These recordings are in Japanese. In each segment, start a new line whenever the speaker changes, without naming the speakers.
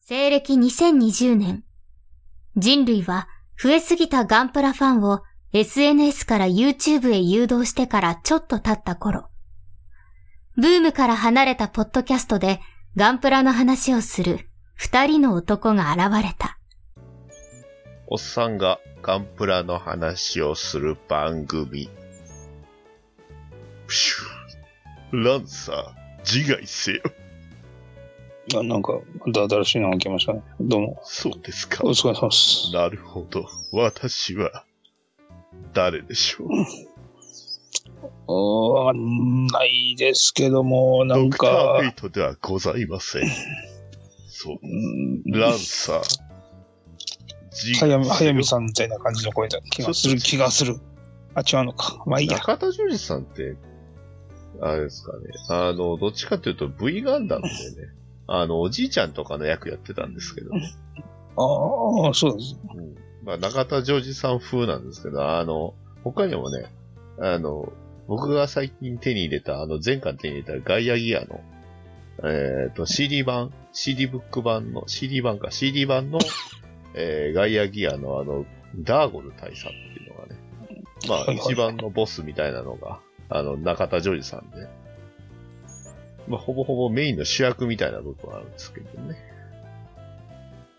西暦2020年、人類は増えすぎたガンプラファンを SNS から YouTube へ誘導してからちょっと経った頃、ブームから離れたポッドキャストでガンプラの話をする二人の男が現れた。
おっさんがガンプラの話をする番組。プシュランサー、自害せよ。
あなんか、また新しいのが来ましたね。どうも。
そうですか
お。疲れ様です。
なるほど。私は、誰でしょう。
おーわかんないですけども、な
ド
ん
クター
か
フェ、イトではございません。そう
う。ん
ランサー、自
早見
せよ
早見さんみたいな感じの声だ気がする、気がする。あ、違うのか。まあいいや。
中田ジョージさんって、あれですかね。あの、どっちかというと V ガンダムでね、あの、おじいちゃんとかの役やってたんですけど、
ああ、そうです。
うんまあ、中田ジョージさん風なんですけど、あの、他にもね、あの、僕が最近手に入れた、あの、前回手に入れたガイアギアの、えっ、と、CD 版、CD ブック版の、CD 版か、CD 版 の、えーガイアギアのあの、ダーゴル大佐っていうのがね、ま
はい
あ、
はい
一番のボスみたいなのが、あの、中田ジョージさんで、まあ、ほぼほぼメインの主役みたいな部分はあるんですけどね。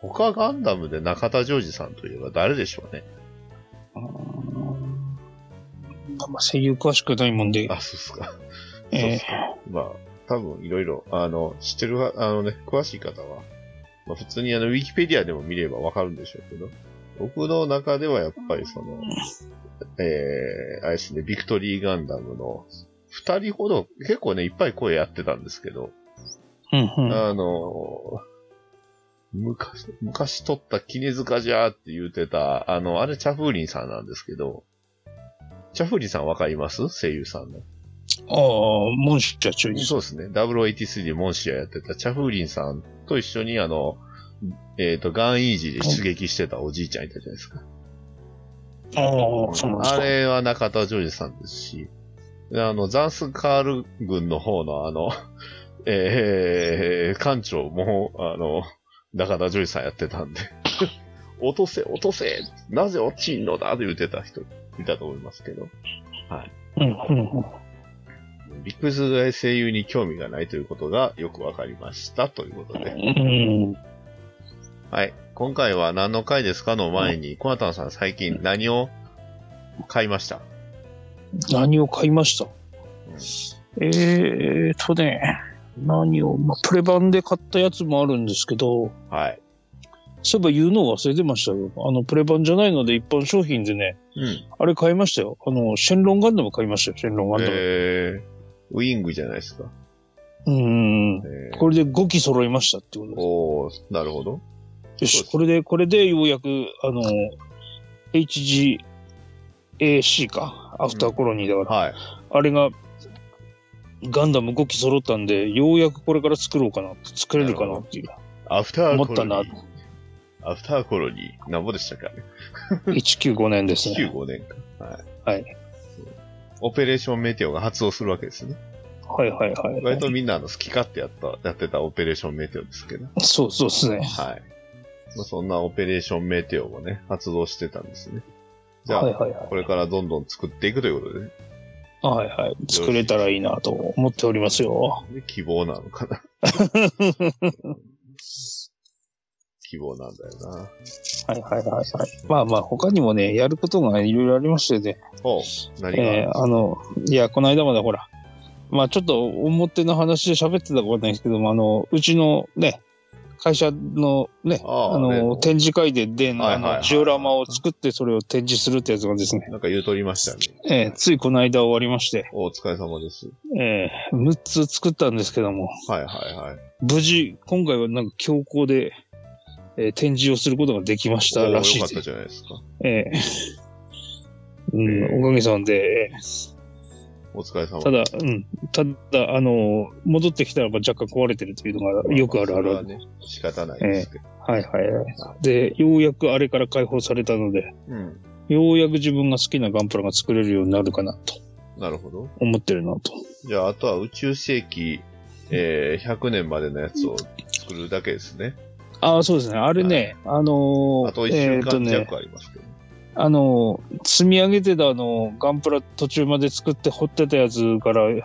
他ガンダムで中田ジョージさんといえば誰でしょうね。
うーんあんま声優詳しくないもんで、
あ、そうっすか。
え
そうっ
え
すか。まあ、多分いろいろ、あの、知ってるは、あのね、詳しい方は、まあ普通にあの、ウィキペディアでも見ればわかるんでしょうけど、僕の中ではやっぱりその、えー、あれですね、ビクトリーガンダムの、二人ほど、結構ね、いっぱい声やってたんですけど、
うんうん。
あの、昔、昔撮った絹塚じゃーって言ってた、あの、あれ、チャフーリンさんなんですけど、チャフーリンさんわかります声優さんの。
ああ、モンシャ注意です。
そうですね。0083でモンシアやってたチャフーリンさんと一緒に、あの、えっ、と、ガンイージーで出撃してたおじいちゃんいたじゃないですか。
ああ、そうなんです
あ
か。
れは中田ジョージさんですし、あの、ザンスカール軍の方のあの、えー、艦長も、あの、中田ジョージさんやってたんで、 落とせ、落とせ、なぜ落ちんのだって言ってた人いたと思いますけど、
うんうんうん。
ビッグスが声優に興味がないということがよくわかりましたということで、
うん。
はい。今回は何の回ですかの前に、コナタンさん最近何を買いました
何を買いましたえーとね、何を、まあ、プレ版で買ったやつもあるんですけど、
はい。
そういえば言うのを忘れてましたよ。あの、プレ版じゃないので一般商品でね、
うん。
あれ買いましたよ。あの、シェンロンガンダム買いましたよ、シェンロンガンダム。
えー、ウィングじゃないですか。
うん。
えー
これで5機揃いましたってこと
おー、なるほど。
で
そう
す。
で
よし、
す
これで、これでようやく、あの、HGAC か、アフターコロニーだから、
はい。
あれが、ガンダム5機揃ったんで、ようやくこれから作ろうかな、作れるかなっていう。
アフターコロニー。
思ったな
アフターコロニー、なんぼでしたかね。
195年ですね。
95年か。はい。
はい
そう。オペレーションメテオが発動するわけですね。
はいはいはい。
割とみんなあの好き勝手やった、やってたオペレーションメテオですけど。
そうそうですね。
はい。まあ、そんなオペレーションメテオもね、発動してたんですね。じゃあ、
はいはいはい。
これからどんどん作っていくということでね、
はいはい。作れたらいいなと思っておりますよ。
で希望なのか な。希望なんだよな。
はいはいはいはい。まあまあ、他にもね、やることがいろいろありましてね。
おう何が、
えーあの、いや、この間までほら、まあちょっと表の話で喋ってたことないですけども、あの、うちのね、会社のね、
ああ
あの、
ね
展示会で、で、
はいはい
あ
はい
の、ジオラマを作ってそれを展示するってやつがですね、
なんか言うとりましたね。
えーついこの間終わりまして、
お疲れ様です。
えー、6つ作ったんですけども、
はいはいはい。
無事、今回はなんか強行で、えー展示をすることができましたらし
おーよか
い
っ
で
た
す。
じゃないですか。
え
え
ーう
ー
ん、おかげさんで、え
お疲れ様
ーただ、うん、ただ、あのー、戻ってきたらば若干壊れてるというのがよくあるある。
それはね、仕方ないですけど。
はいはいはい。で、ようやくあれから解放されたので、
うん。
ようやく自分が好きなガンプラが作れるようになるかなと
なるほど。
思ってるなと。
じゃあ、あとは宇宙世紀、えー、100年までのやつを作るだけですね。
ああ、そうですね。あれね、あのー、
あと一
え
週
ーっ
間
とね、
弱ありますけど。
あのー、積み上げてたあの、ガンプラ途中まで作って掘ってたやつから、よ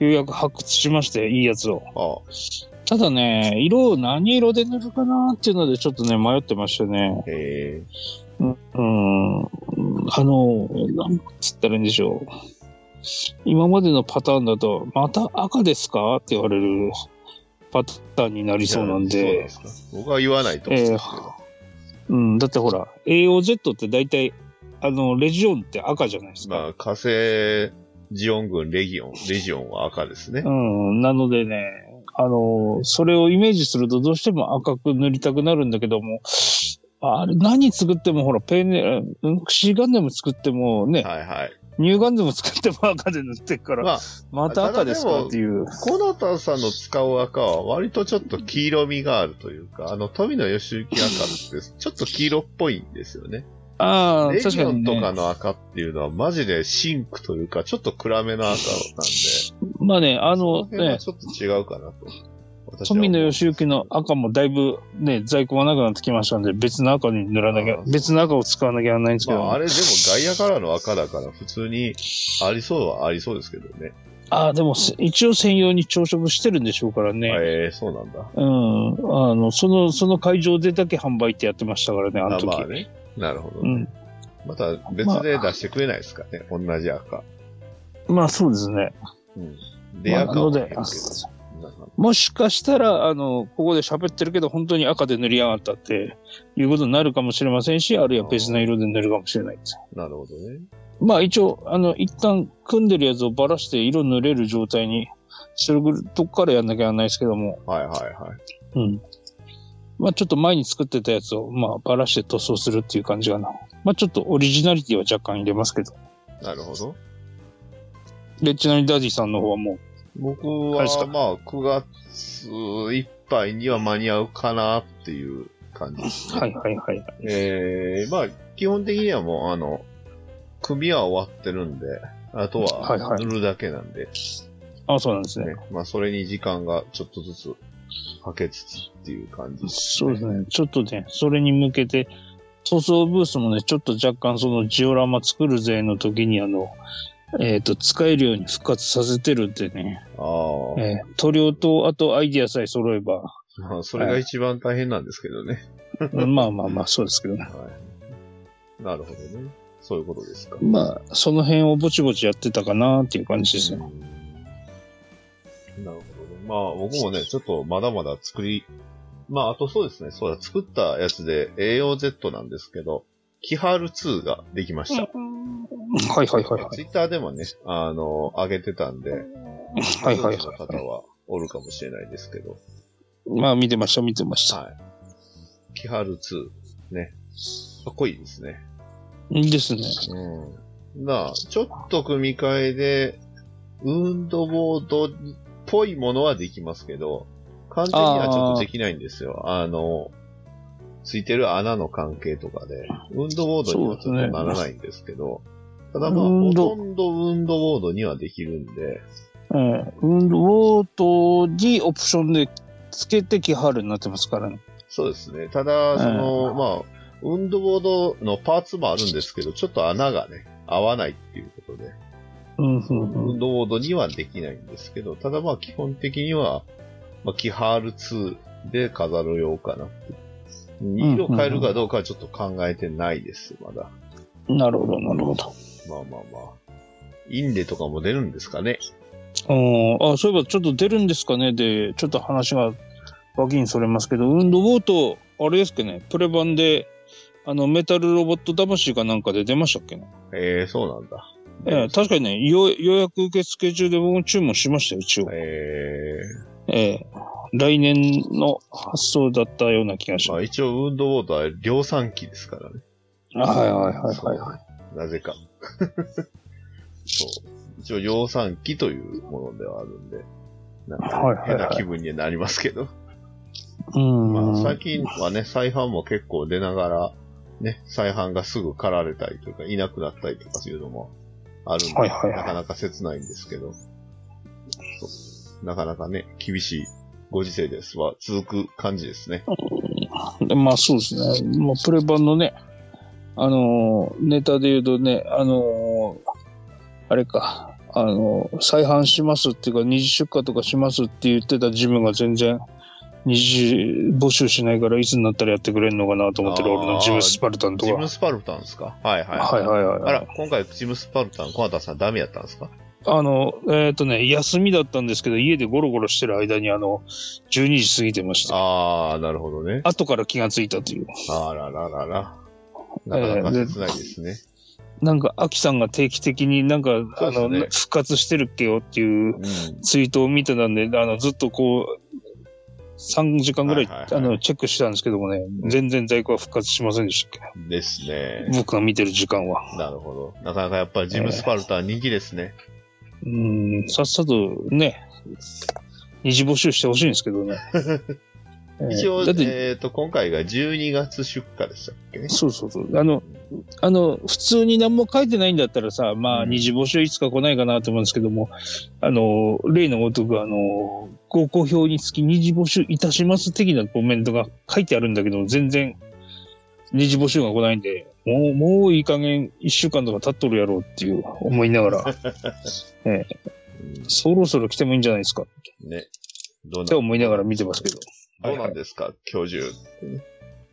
うやく発掘しまして、いいやつを。
ああ、
ただね、色を何色で塗るかなっていうので、ちょっとね、迷ってましてね。
へえ。
うん、あの、なんつったらいいんでしょう。今までのパターンだと、また赤ですかって言われるパターンになりそうなん
そうなん
で
で。すか。僕は言わないと思うんですけど。
うん、だってほら、AOZ って大体、あの、レジオンって赤じゃないですか。
まあ、火星ジオン軍レギオン、レジオンは赤ですね。
うん、なのでね、あの、それをイメージするとどうしても赤く塗りたくなるんだけども、あれ、何作ってもほら、ペンネ、うんシーガンダム作ってもね、
はいはい。
ニューガンダム作っても赤で塗ってっから、
まあ、
また赤ですかっていう。
コナタンさんの使う赤は割とちょっと黄色みがあるというか、あの、富野義行赤ってちょっと黄色っぽいんですよね。
ああ、
レ
確
ジ
か
オ
に、
ンとか
ね。
の赤っていうのはマジでシンクというか、ちょっと暗めの赤なんで、
まあね、あの、
この辺は
ね、
ちょっと違うかなと。私は思う
富野義行の赤もだいぶね、在庫がなくなってきましたんで、別の赤に塗らなきゃ
あ、ー
別の赤を使わなきゃならないんですけ
ま
ど、
あ、あ
あ
れでも外野からの赤だから普通にありそうはありそうですけどね。
あー、でもせ一応専用に朝食してるんでしょうからね。
ええそうなんだ。
うん、あの、その、その会場でだけ販売ってやってましたからね、あの
あ
時。
まあね。なるほど
う
ね、
ん。
また別で出してくれないですかね。同じ赤。
まあそうですね。
うん。
ま
で、
あ
赤を入
なの
れるけ
で
どなんか
もしかしたら、あの、ここで喋ってるけど、本当に赤で塗りやがったっていうことになるかもしれませんし、あるいは別の色で塗るかもしれないです。
なるほどね。
まあ一応、あの、一旦組んでるやつをばらして色塗れる状態にするとこからやんなきゃなんないですけども、
はいはいはい。
うん。まあちょっと前に作ってたやつを、まあばらして塗装するっていう感じかな。まあちょっとオリジナリティは若干入れますけど。
なるほど。
で、ちなみにダディさんの方はもう、
僕
あれです
は
か
まあ9月いっぱいには間に合うかなっていう感じ ですね。
はいはいはい。
ええまあ基本的にはもうあの、組は終わってるんで、あと
はいは
はい塗るだけなんで、
あそうなんですね。
ね、まあ、それに時間がちょっとずつかけつつっていう感じ。
そうですね。ちょっとね、それに向けて、塗装ブースもね、ちょっと若干そのジオラマ作るぜの時にあの、えっ、と、使えるように復活させてるんでね、
ああ、
えー塗料とあとアイディアさえ揃え ば、
まあ、それが一番大変なんですけどね。
うんまあまあまあそうですけどね。
はい。なるほどね。そういうことですか。
まあ、その辺をぼちぼちやってたかなっていう感じですね。
うんなるほどね。まあ、僕もね、ちょっとまだまだ作り、まあ、あとそうですね、そうだ、作ったやつで AOZ なんですけど、キハル2ができました。
はいはいはいはい。
ツイッターでもね、あの、上げてたんで、
はいはい
ご存知
は
の方はおるかもしれないですけど、
い。まあ見てました見てました。
はい。キハル2、ね。かっこいいですね。
いいですね。
うん。なあ、ちょっと組み替えで、ウンドボードっぽいものはできますけど、完全にはちょっとできないんですよ。あの、ついてる穴の関係とかで、ウンドボードにはちょっとならないんですけど、ただまあ、
ウ
ほ
ンド
とんどウンドボードにはできるんで、
えー、ウンドウォートにオプションでつけてキハルになってますからね。
そうですね。ただ、その、まあ、ウンドボードのパーツもあるんですけど、ちょっと穴がね、合わないっていうことで、
うんうんうん
ウンドボードにはできないんですけど、ただまあ基本的には、まあ、キハール2で飾るようかなって。色変えるかどうかはちょっと考えてないです、まだ。
なるほど、なるほど。
まあまあまあ。インデとかも出るんですかね。
うん、あ、そういえばちょっと出るんですかねで、ちょっと話が脇にそれますけど、ウンドウォート、あれですっけね、プレ版で、あの、メタルロボット魂かなんかで出ましたっけね。
ええそうなんだ。
ええ確かにね、よ予約受付中で僕も注文しましたよ、一応。
え
ええ来年の発送だったような気が
え
し
ま
ま
あ
す。
一応ウンドボードは量産機ですからね。
はいはいはいはいはい。
なぜか。そう。一応量産機というものではあるんで、なん
はい
か
はい
変
はい
な気分にはなりますけど。
うん。
まあ、最近はね、再販も結構出ながら、ね、再販がすぐ狩られたりとか、いなくなったりとかいうのもあるんで、
はいはいはい
なかなか切ないんですけど、そうなかなかね、厳しいご時世ですは続く感じですね。
でまあそうですね。まあ、プレ版のね、あのーネタで言うとね、あのーあれか、あのー再販しますっていうか、二次出荷とかしますって言ってたジムが全然、二次募集しないから、いつになったらやってくれるのかなと思ってる
あー
俺のジムスパルタンと
ジ
か。
ムスパルタンですかはいはい。
はいはいはい。
あら、今回ジムスパルタン、小畑さんダメやったんですか
あの、えっ、とね、休みだったんですけど、家でゴロゴロしてる間に、あの、12時過ぎてました。
あー、なるほどね。
後から気がついたという。
あらららら。なかなか切ないですね。
なんか、アキさんが定期的になんか、あ
そ
の、
うですね
復活してるっけよっていう
うん。
ツイートを見てたんで、あの、ずっとこう、3時間ぐらい、
はいはいはい
あの、チェックしてたんですけどもね、全然在庫は復活しませんでしたっ
です
け。
ね。
僕が見てる時間は。
なるほど。なかなかやっぱりジムスパルタン人気ですね。
うん、さっさとね、二次募集してほしいんですけどね。 えー
一応、
だって
えっと、今回が12月出荷でしたっけね。
そうそうそう。あの、あの、普通に何も書いてないんだったらさ、まあ、
うん
二次募集いつか来ないかなと思うんですけども、あの、例のごとく、あの、ご好評につき二次募集いたします的なコメントが書いてあるんだけど、全然二次募集が来ないんで、もう、もういい加減一週間とか経っとるやろうっていう思い ながら、そろそろ来てもいいんじゃないですかっ
うんね。どう
て
な
思いながら見てますけど。
どうなんですか、教授ってね。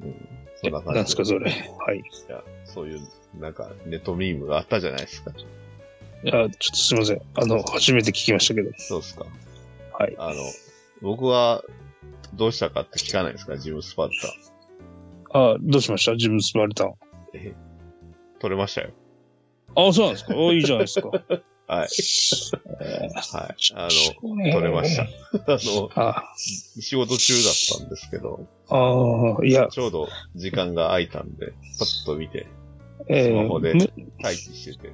うん。そんな感じ。
なんですか、それ。はい。
いや、そういう、なんか、ネットミームがあったじゃないですか。
いや、ちょっとすいません。あの、初めて聞きましたけど。
そうですか。
はい。
あの、僕は、どうしたかって聞かないですか、ジムスパルタ。
あ、どうしました自分スパルタン。
取れましたよ。
あ、そうなん ですか。あいいじゃないですか。
はい。はい。あの、取れま した。あの、
あ
仕事中だったんですけど、
あー、いや、
ちょうど時間が空いたんで、パッと見て、
え
ス
ー
マホで
む
待機してて。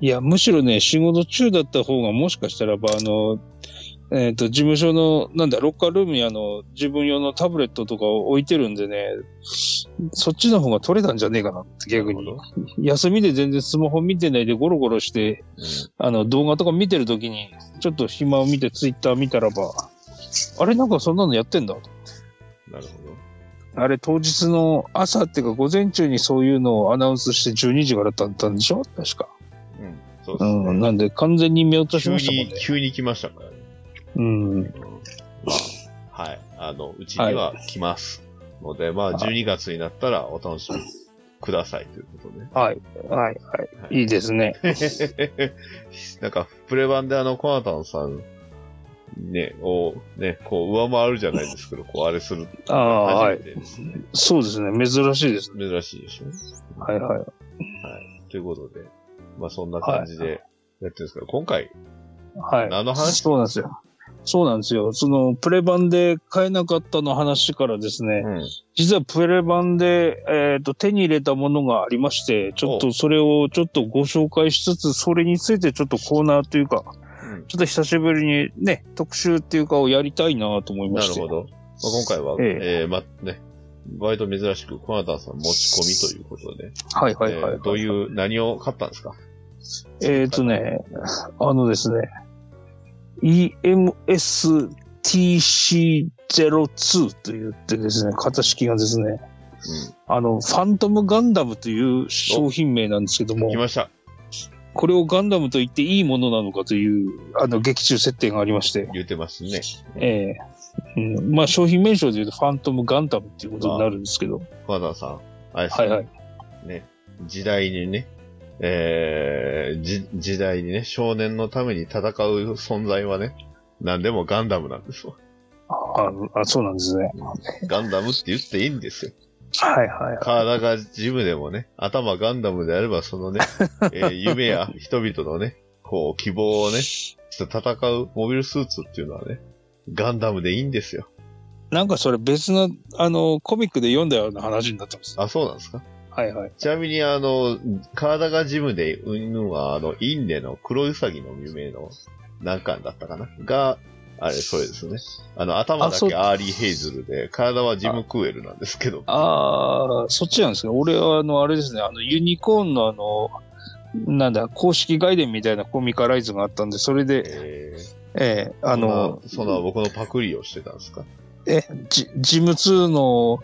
いや、むしろね、仕事中だった方がもしかしたらば、あの、えっ、と、事務所の、なんだ、ロッカールームにあの、自分用のタブレットとかを置いてるんでね、そっちの方が取れたんじゃねえかなって、逆
な
に
る。
休みで全然スマホ見てないでゴロゴロして、
うん
あの、動画とか見てるときに、ちょっと暇を見てツイッター見たらば、あれなんかそんなのやってんだ
なるほど。
あれ当日の朝っていうか午前中にそういうのをアナウンスして12時からだったんでしょ確か。
うん。そう
う
です
ん。
ね。
なんで完全に見落とし
急
ましたもん
に、
ね。
急に来ましたからね。
うん。
うんまあ、はい。あの、うちには来ます。ので、まあ、
は
12月になったらお楽しみくださいということね。
はい。は
は
い。はい。いいですね。
なんか、プレ版であの、コナタンさん、ね、を、ね、こう、上回るじゃないです けど、こう、あれする。
ああ、はい
初。めてですね。
そうですね。珍しいですね。
珍しいでしょ
はいはい。
ということで、まあ、そんな感じでやってるんですけど、今回、
はい。
何の話
そうなんですよ。そうなんですよ。その、プレ版で買えなかったの話からですね、
うん。
実はプレ版で、えっ、と、手に入れたものがありまして、ちょっとそれをちょっとご紹介しつつ、それについてちょっとコーナーというか、ちょっと久しぶりにね、特集っていうかをやりたいなと思いま
なる
して。
ほど。まあ、今回は、
え
えーま、ね、割と珍しく、コナタンさん持ち込みということで、
はいはいはい。
えーどういう、何を買ったんですか
えっ、とね、あのですね、EMSTC02 と言ってですね、型式がですね、あの、ファントムガンダムという商品名なんですけど
うん。
も
来、ました。
これをガンダムと言っていいものなのかという、あの、劇中設定がありまして、
言ってますね。
ええうん、まあ商品名称で言うとファントムガンダムっていうことになるんですけど、
コナタンさん、あれです
は
ね
いはい。
時代にね、えー、じ時代にね、少年のために戦う存在はね、何でもガンダムなんですよ。
ああ、そうなんですね。
ガンダムって言っていいんですよ。
はいはい。
体がジムでもね、頭ガンダムであれば、そのね、えー夢や人々のね、こう、希望をね、戦うモビルスーツっていうのはね、ガンダムでいいんですよ。
なんかそれ別の、あの、コミックで読んだような話になってます。
あ、そうなんですか
はいはい。
ちなみに、あの、体がジムでうんぬんは、あの、インデの黒ウサギの夢の何巻だったかなが、あれ、それですね。あの、頭
あ
だ
そう
けアーリーヘイズルで、体はジムクーエルなんですけど。
ああ、そっちなんですけど、俺はあの、あれですね、あの、ユニコーンのあの、なんだ、公式外伝みたいなコミカライズがあったんで、それで、
えー
ええあ
あ
の、
そんな僕のパクリをしてたんですか
ジジム2の、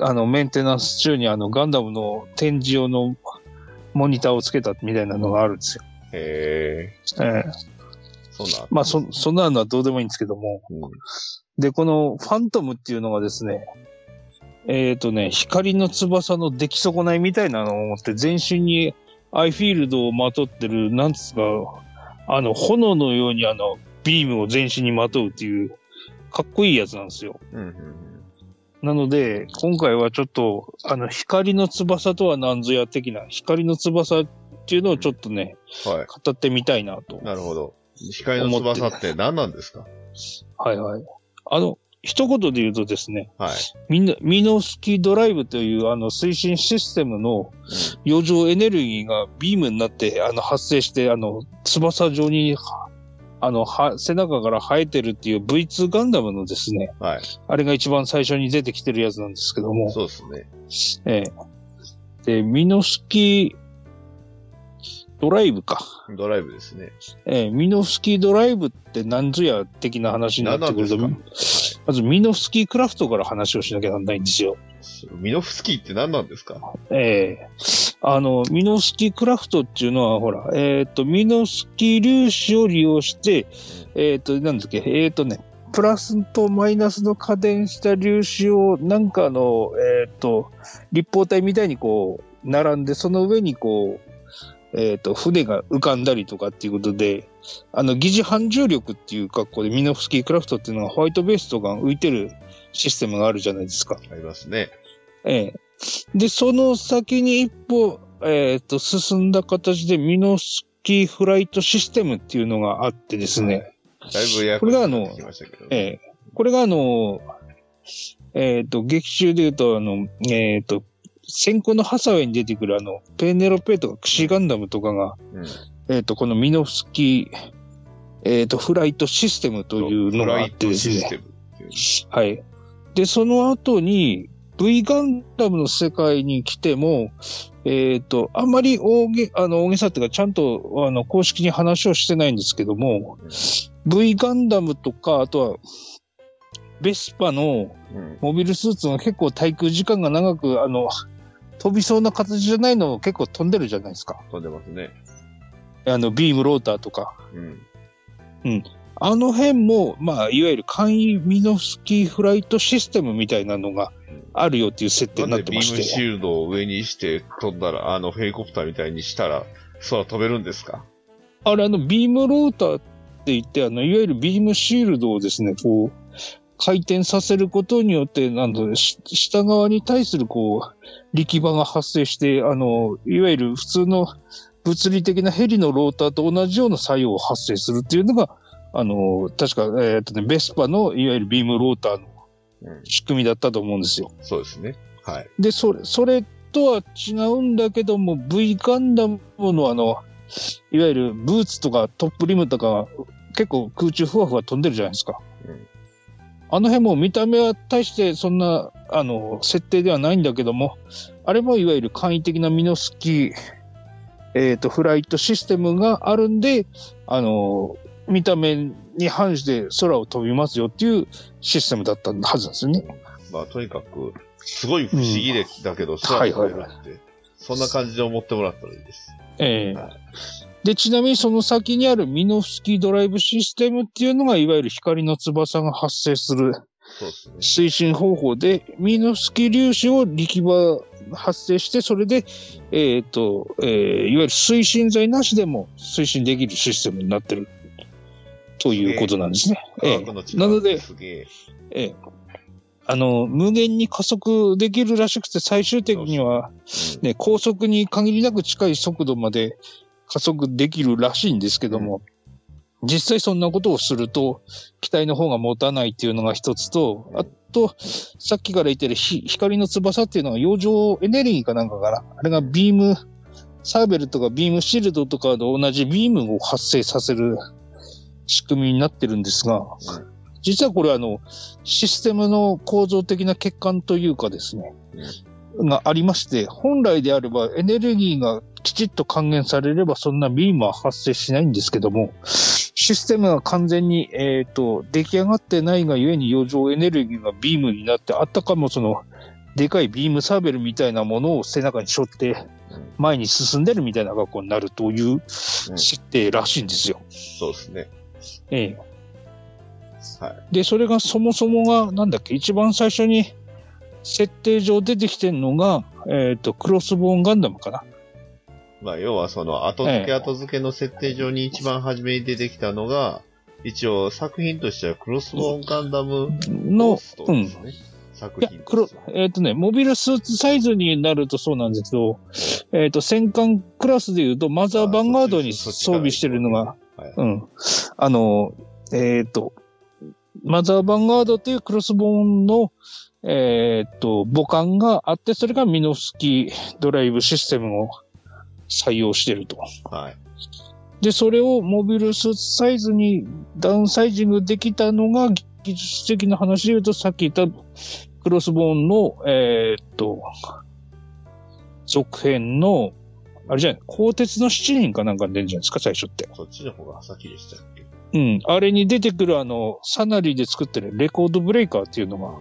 あの、メンテナンス中にあの、ガンダムの展示用のモニターをつけたみたいなのがあるんですよ。
へえ、
ええ
そんな。
まあ、そ、そんなのはどうでもいいんですけども。
うん、
で、このファントムっていうのがですね、えっ、とね、光の翼の出来損ないみたいなのを持って、全身にアイフィールドをまとってる、なんつうか、あの、炎のようにあの、ビームを全身にまとうっていう、かっこいいやつなんですよ。
うん、うん。
なので、今回はちょっと、あの、光の翼とは何ぞや的な、光の翼っていうのをちょっとね、
は
語ってみたいなと
い。。なるほど。光の翼って何なんですか
はいはい。あの、一言で言うとですね、
はい。
ミノミノフスキードライブというあの推進システムの余剰エネルギーがビームになってあの発生してあの翼状にあのは背中から生えてるっていう V2 ガンダムのですね、
はい
あれが一番最初に出てきてるやつなんですけども、
そうですね。
ええでミノフスキードライブか、
ドライブですね。
ええミノフスキードライブって何ぞや的な話に
何
なっ
な
て
ん
く
で
る
すか
と
は
まずミノフスキークラフトから話をしなきゃなんないんですよ。
いミノフスキーって何なんですか
ええあの、ミノフスキークラフトっていうのは、ほら、えっ、と、ミノフスキー粒子を利用して、えっ、と、なんだっけ、えっ、とね、プラスとマイナスの加電した粒子を、なんかの、えっ、と、立方体みたいにこう、並んで、その上にこう、えっ、と、船が浮かんだりとかっていうことで、あの、疑似反重力っていう格好で、ミノフスキークラフトっていうのはホワイトベースとか浮いてるシステムがあるじゃないですか。
ありますね。
ええ。で、その先に一歩、えっ、と、進んだ形でミノスキーフライトシステムっていうのがあってですね。
だいぶやや
これがあの
きましたけど。
ええ。これがあの、えっ、と、劇中で言うと、あの、えっ、と、先行のハサウェイに出てくるあの、ペーネロペーとかクシーガンダムとかが、
うん
えっ、と、このミノフスキー、えっ、と、フライトシステムというのがあってです
フ
ね
ライトシス。テムっていう
はい。で、その後に、V ガンダムの世界に来ても、えっ、と、あんまり大げ、あの、大げさっていうか、ちゃんと、あの、公式に話をしてないんですけども、V ガンダムとか、あとは、ベスパの
うん
モビルスーツが結構滞空時間が長く、あの、飛びそうな形じゃないのを結構飛んでるじゃないですか。
飛んでますね。
あの、ビームローターとか。
うん。
あの辺も、まあ、いわゆる簡易ミノフスキーフライトシステムみたいなのがあるよっていう設定に
な
なんっ
で
て
ビ
まし
ームシ
て。
ールドを上にして飛んだら、あのヘリコプターみたいにしたら、空飛べるんですか
あれ、あの、ビームローターって言って、あの、いわゆるビームシールドをですね、こう、回転させることによって、なんだろうし下側に対する、こう、力場が発生して、あの、いわゆる普通の物理的なヘリのローターと同じような作用を発生するっていうのが、あの、確か、えーっとね、ベスパの、いわゆるビームローターの
うん。
仕組みだったと思うんですよ。
そうですね。はい。
で、それ、それとは違うんだけども、V ガンダムのあの、いわゆるブーツとかトップリムとか、結構空中ふわふわ飛んでるじゃないですか。
うん
あの辺も見た目は大してそんな、あの、設定ではないんだけども、あれもいわゆる簡易的なミノスキー、えっ、と、フライトシステムがあるんで、あの、見た目に反して空を飛びますよっていうシステムだったはずなんですよね。
まあ、とにかく、すごい不思議で、だけど、
は
空
いは
飛べ
い
る
はい
って、そんな感じで思ってもらったらいいです。
ええ
はい
で、ちなみにその先にあるミノフスキードライブシステムっていうのが、いわゆる光の翼が発生する
そうですね。
推進方法で、ミノフスキー粒子を力場発生して、それで、えっ、と、えーいわゆる推進剤なしでも推進できるシステムになってるということなんですね。ええ
科学の力
なのです
げえ。
ええあの、無限に加速できるらしくて、最終的には、
うん
ね、高速に限りなく近い速度まで加速できるらしいんですけども、実際そんなことをすると、機体の方が持たないっていうのが一つと、あと、さっきから言ってるひ光の翼っていうのは洋上エネルギーかなんかかな。あれがビーム、サーベルとかビームシールドとかと同じビームを発生させる仕組みになってるんですが、実はこれあの、システムの構造的な欠陥というかですね、がありまして、本来であればエネルギーがきちっと還元されればそんなビームは発生しないんですけども、システムが完全に、えっ、と、出来上がってないがゆえに余剰エネルギーがビームになって、あったかもその、でかいビームサーベルみたいなものを背中に背負って
うん、
前に進んでるみたいな格好になるという設定らしいんですよ。
そうですね。
ええ。
はい。
で、それがそもそもが、なんだっけ、一番最初に設定上出てきてるのが、えっ、と、クロスボーンガンダムかな。
まあ、要はその後付
ええ
け後付けの設定上に一番初めに出てきたのが、一応作品としてはクロスボーンガンダムゴー
の、
ストですね。作
いや
品、と
黒
して、
えっ、とね、モビルスーツサイズになるとそうなんですけど、えっ、と、戦艦クラスでいうと、マザーバンガードに
そっちそっ
装
ちから
備してるのが、
はい。
うん。あの、えっ、と、マザーバンガードっていうクロスボーンの、えっ、と、母艦があって、それがミノフスキードライブシステムを採用してると。
はい。
で、それをモビルスーツサイズにダウンサイジングできたのが、技技術的な話で言うと、さっき言ったクロスボーンの、えーっと、続編の、あれじゃない、鋼鉄の七人かなんかに出るんじゃないですか、最初って。
そっちの方が先でしたっけ
うん。あれに出てくるあの、サナリーで作ってるレコードブレイカーっていうのが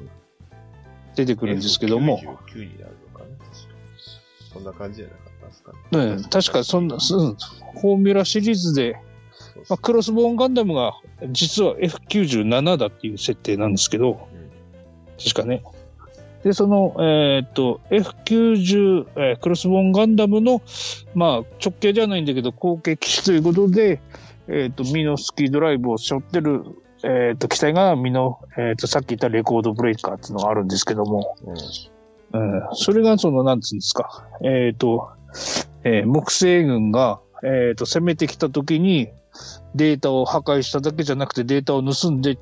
出てくるんですけども、
F99 になるのかな確かそんな感じじゃなかったですかね。
うん。確かそんな、うん、フォーミュラシリーズで、
そう
まあ、クロスボーンガンダムが実は F97 だっていう設定なんですけど、
うん
確かね。で、その、えーっと、F90、えークロスボーンガンダムの、まあ、直径ではないんだけど、後継機種ということで、えーっと、ミノスキードライブを背負ってる、えーっと、機体がミノ、えーっと、さっき言ったレコードブレイカーっていうのがあるんですけども、
うん
うんそれがその、なんつうんですか、えっ、と、えー木星軍が、えっ、と、攻めてきた時に、データを破壊しただけじゃなくて、データを盗んで、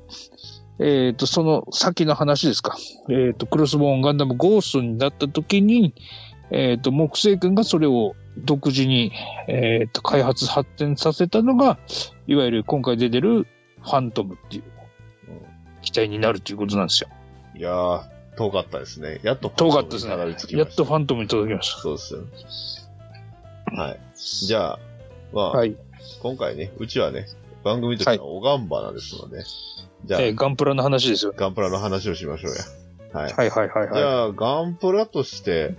えっ、と、その先の話ですか。えっ、と、クロスボーンガンダムゴーストになった時に、えっ、と、木星軍がそれを独自に、えっ、と、開発発展させたのが、いわゆる今回出てるファントムっていう機体になるということなんですよ。
いやー、遠かったですね。やっと、
遠かったですね
たどり着きま
や
し
ったとファントムに届きまし
そうですよ。はい。じゃあ、まあ、
た。はい。
今回ね、うちはね、番組としてはおがんばなですので、じゃあ、
えーガンプラの話ですよ。
ガンプラの話をしましょうや。はい。
はいはいはい
じ
はい。
ゃあ、ガンプラとして、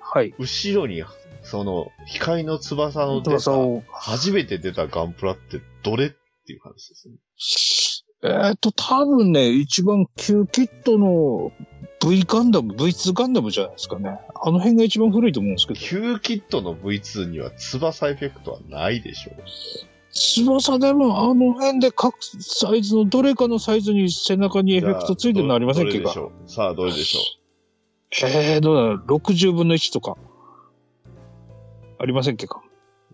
はい。
後ろに、その、光の翼の出
翼
た、
を。
初めて出たガンプラってどれっていう話ですね。
えーっと、多分ね、一番旧キットの V ガンダム、V2 ガンダムじゃないですかね。あの辺が一番古いと思うんですけど。
旧キットの V2 には翼エフェクトはないでしょう。
翼でもあの辺で各サイズのどれかのサイズに背中にエフェクトついてるのありませんっ
ど
け
れで
か
しょうさあ、どれでしょ
えー、どうだろう。60分の1とか。ありませんっけか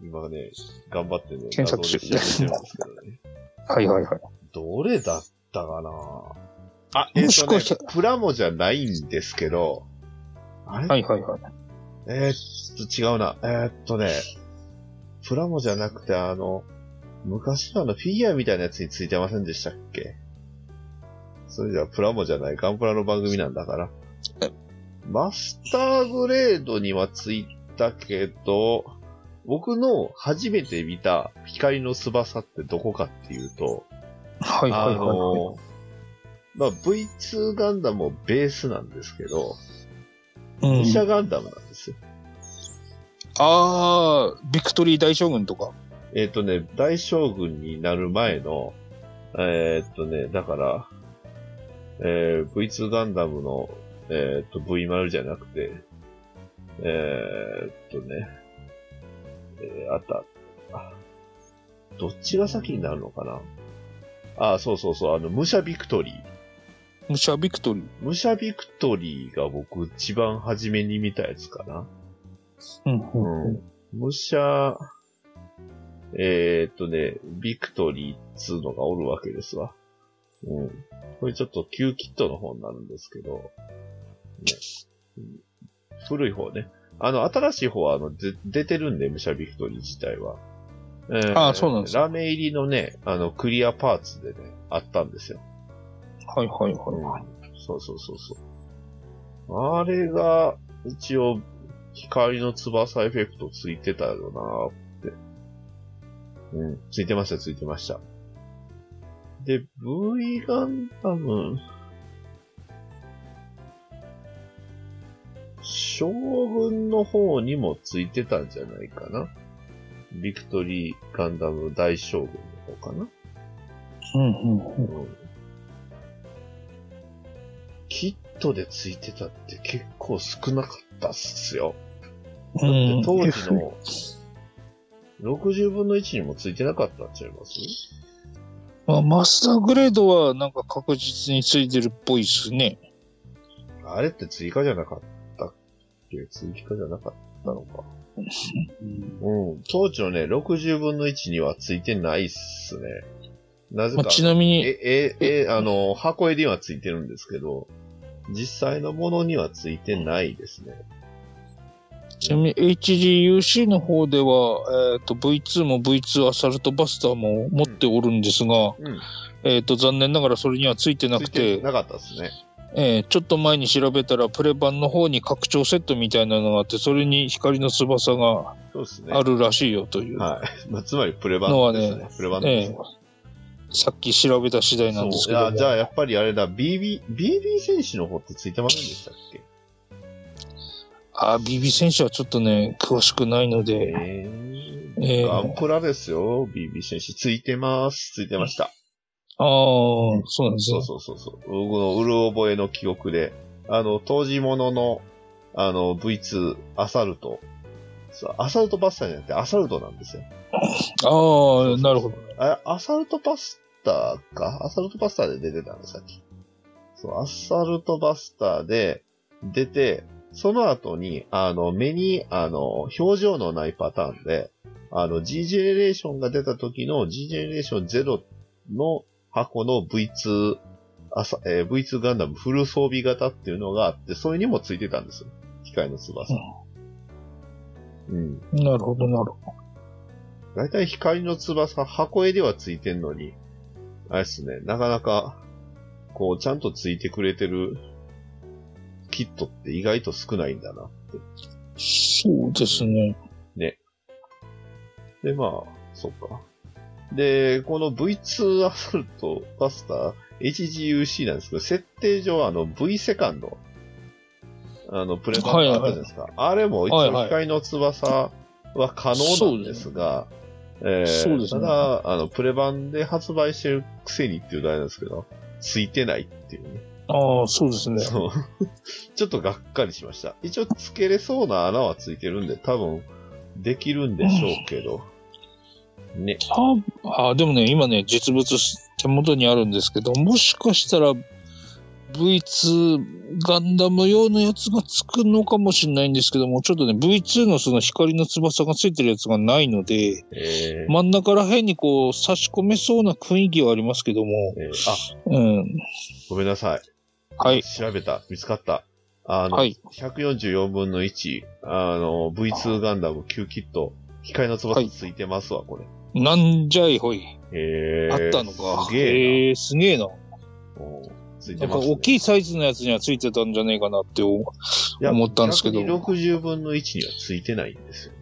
う今ね、頑張ってね、
検索
謎
し
で調べてるんですけどね。
はいはいはい。
どれだったかなあ、えっ、
もし
とね
かした、
プラモじゃないんですけど、あれ、
はいはいはい。
えーっと、違うな。えーっとね、プラモじゃなくて、あの、昔のあの、フィギュアみたいなやつについてませんでしたっけそれじゃあ、プラモじゃない、ガンプラの番組なんだから。マスターグレードにはついたけど、僕の初めて見た光の翼ってどこかっていうと、
はいはい
あ
はいはい。
のまあ、V2 ガンダムもベースなんですけど、武
うん
者ガンダムなんですよ。
あー、ビクトリー大将軍とか。
えっ、とね、大将軍になる前の、えっ、とね、だから、えー V2 ガンダムの、えっ、と、V0 じゃなくて、えっ、とね、えーあった、あどっちが先になるのかなあそうそうそう、あの、武者ビクトリー。
武者ビクトリー。
武者ビクトリーが僕一番初めに見たやつかな。
うんう
うんん。武者、えー、っとね、ビクトリーっつうのがおるわけですわ。うん。これちょっと旧キットの方になるんですけど、ねうん古い方ね。あの、新しい方は、あの、で出てるんで、武者ビクトリー自体は。えー
あそうなんですか
ラメ入りのね、あの、クリアパーツでね、あったんですよ。
はいはいは
そうそうそうそう。あれが、一応、光の翼エフェクトついてたよなーって。うん、ついてました、ついてました。で、V ガンダム。将軍の方にもついてたんじゃないかな。ビクトリーガンダム大将軍の方かな。
うんうんうん。
うんキットでついてたって結構少なかったっすよ。だって当時の60分の1にもついてなかったんちゃいます
まあ、マスターグレードはなんか確実についてるっぽいっすね。
あれって追加じゃなかったっけ追加じゃなかったのか。うん。当時のね、60分の1にはついてないっすね。なぜ
ま
か
あ、、ちなみに、
え、え、え、あの、箱絵にはついてるんですけど、実際のものにはついてないですね。
ちなみに HGUC の方では、えっと V2 も V2 アサルトバスターも持っておるんですが、
うん。
えっと残念ながらそれにはついてな
つ
く
いて
て、
なかったですね。
えーちょっと前に調べたらプレ版の方に拡張セットみたいなのがあってそれに光の翼が
そうですね。
あるらしいよという、
はい。まあ、つまりプレバンです
の
ね。プレバンで
え
すね
ー。さっき調べた次第なんです
そうい
けど
や
も
じゃあやっぱりあれだ、BB、BB 選手の方ってついてませんでしたっけ
あー BB 選手はちょっとね詳しくないので、
え
え
え
ー
ガンプラですよ、BB 選手。ついてます。ついてました。
ああ、そうなんです
そ
ね
う。そうそうそう。僕のうる覚えの記憶で、あの、当時ものの、あの、V2、アサルト。そうアサルトバスターじゃなくて、アサルトなんですよ。
ああ、なるほど。
あアサルトバスターかアサルトバスターで出てたの、さっき。そう、アサルトバスターで出て、その後に、あの、目に、あの、表情のないパターンで、あの、G ジェネレーションが出た時の G ジェネレーション0の箱の V2、アサえー V2 ガンダムフル装備型っていうのがあって、それにもついてたんですよ。機械の翼。うん。
なるほど、なるほ
大体光の翼、箱絵ではついてんのに、あれっすね、なかなか、こう、ちゃんとついてくれてるキットって意外と少ないんだなって。
ど。そうですね。
で、まあ、そっか。で、この V2 アサルトバスター、HGUC なんですけど、設定上はあの V セカンド、あの、プレバンがあったじゃないですか。あれも一
はい
応
はい
光の翼は可能なんですが、えー
そうですね
ただ、あの、プレ版で発売してるくせにっていうのはあれなんですけど、ついてないっていうね。
ああ、そうですね。
そう。 ちょっとがっかりしました。一応、つけれそうな穴はついてるんで、多分、できるんでしょうけど。ね。
多ああ、でもね、今ね、実物手元にあるんですけど、もしかしたら V2 ガンダム用のやつがつくのかもしれないんですけども、ちょっとね、V2 のその光の翼がついてるやつがないので、
えー
真ん中ら辺にこう差し込めそうな雰囲気はありますけども、
えーあ、
うん。
ごめんなさい。
はい。
調べた。見つかった。あの、
はい。
144分の1、あの、V2 ガンダム旧キット、光の
は
翼
い
ついてますわ、これ。
なんじゃいほい。
え
あ
ー、
ったのか。
すげえ
えー、すげえな。
な。うんつい
な
て
んか
ます、
大
ね。
きいサイズのやつにはついてたんじゃねえかなって思う。
いや
思ったんですけど
逆に60分の1にはついてないんですよ。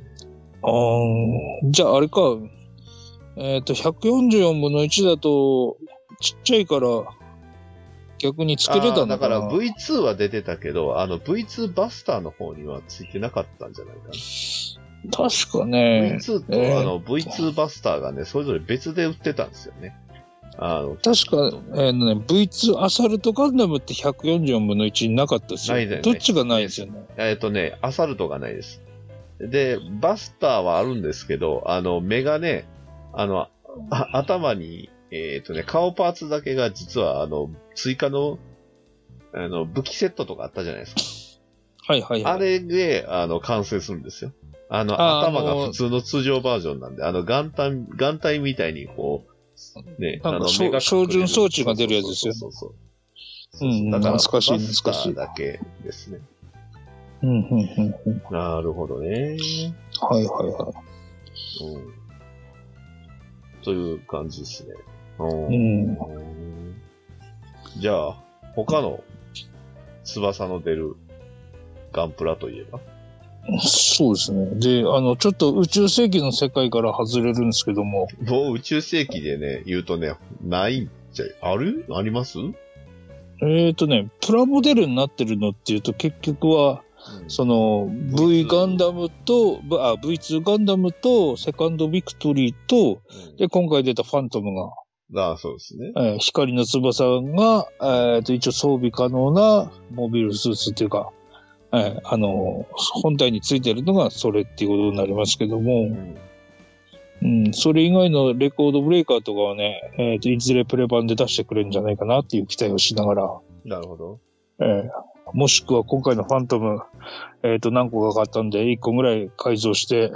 あーじゃああれか。えっ、と、144分の1だと、ちっちゃいから、逆につけれ
あ
た
ー
ん
だ
だ
か
からら。
V2 は出てたけど、あの V2 バスターの方にはついてなかったんじゃないかな。
確かね。
V2 と、
えー
あの V2 バスターがね、それぞれ別で売ってたんですよね。あの、
確か、えーのね、V2 アサルトガンダムって144分の1なかったですよ。
ないだよね
どっちがないですよね。
えっとね、アサルトがないです。で、バスターはあるんですけど、あの、目がね、あの、あ頭に、えっ、とね、顔パーツだけが実は、あの、追加の、あの、武器セットとかあったじゃないですか。
はいはいはい。
あれで、あの、完成するんですよ。あの、
あー
頭
あ
が
の
普通の通常バージョンなんで、あの、眼帯、眼帯みたいにこう、ね、
なんか
あの、
照
目が隠れる
照準装置が出るやつですよ
そうそうそうそう。
うんうん
だから、
懐かしい
バスタ
懐かし
ー
い
だけですね。
うんうんうんうん。
なるほどね。
はいはいは
うん。という感じですね。うん
い。うん。
じゃあ、他の翼の出るガンプラといえば
そうですね。で、あの、ちょっと宇宙世紀の世界から外れるんですけども、
もう宇宙世紀でね、言うとね、ないんちゃい、あるあります、うん
えっ、とね、プラモデルになってるのっていうと結局は、その V ガンダムと、ぶあ V2 ガンダムと、セカンドビクトリーと、
うん
で、今回出たファントムが、
ああ、そうですね。
えー光の翼が、えーと、一応装備可能なモビルスーツっていうか、えーあのー本体についてるのがそれっていうことになりますけど
う
も、
ん
うん、それ以外のレコードブレーカーとかはね、えーと、いずれプレ版で出してくれるんじゃないかなっていう期待をしながら、
なるほど。
えーもしくは今回のファントム、えっ、と、何個か買ったんで、1個ぐらい改造して、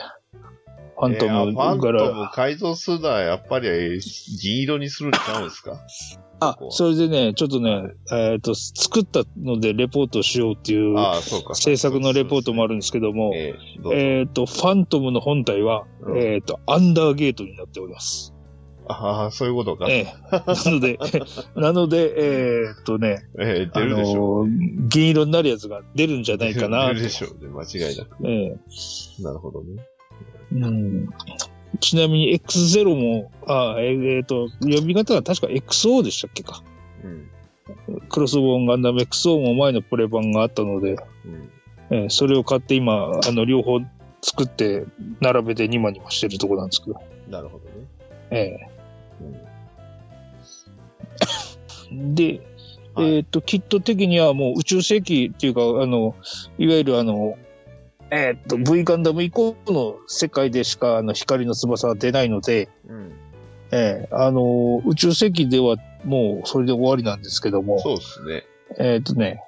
ファント
えー
ム
ファン
か
ト
ら、
ム改造するのはやっぱりえー銀色にするんちゃうんですか
あ
こ、は
それでね、ちょっとね、えっ、と、作ったのでレポートしようっていう
ああ、そうか。
制作のレポートもあ
る。
るんですけども、
えーどうぞ
えっ、と、ファントムの本体は、
うん
えっ、と、アンダーゲートになっております。
ああ、そういうことか。え
ええな ので、なので、えっ、とね、
えー
あ
出るでしょう。
の銀色になるやつが出るんじゃないかな
出。るでしょうね。間違いなく。
ええ
なるほどね。
うんちなみに X0 も、あえっ、えーと、呼び方が確か XO でしたっけか。
うん。
クロスボーンガンダム XO も前のプレ版があったので、
うん。
えーそれを買って今、あの、両方作って、並べてニマニマしてるとこなんですけど。
なるほどね。
え
うん
ーで、
はい
えっ、と、キット的にはもう宇宙世紀っていうか、あの、いわゆるあの、えっ、と、V ガンダム以降の世界でしか、あの、光の翼は出ないので、
うん。
ええあのー宇宙世紀ではもうそれで終わりなんですけども、
そうですね。
えっ、とね、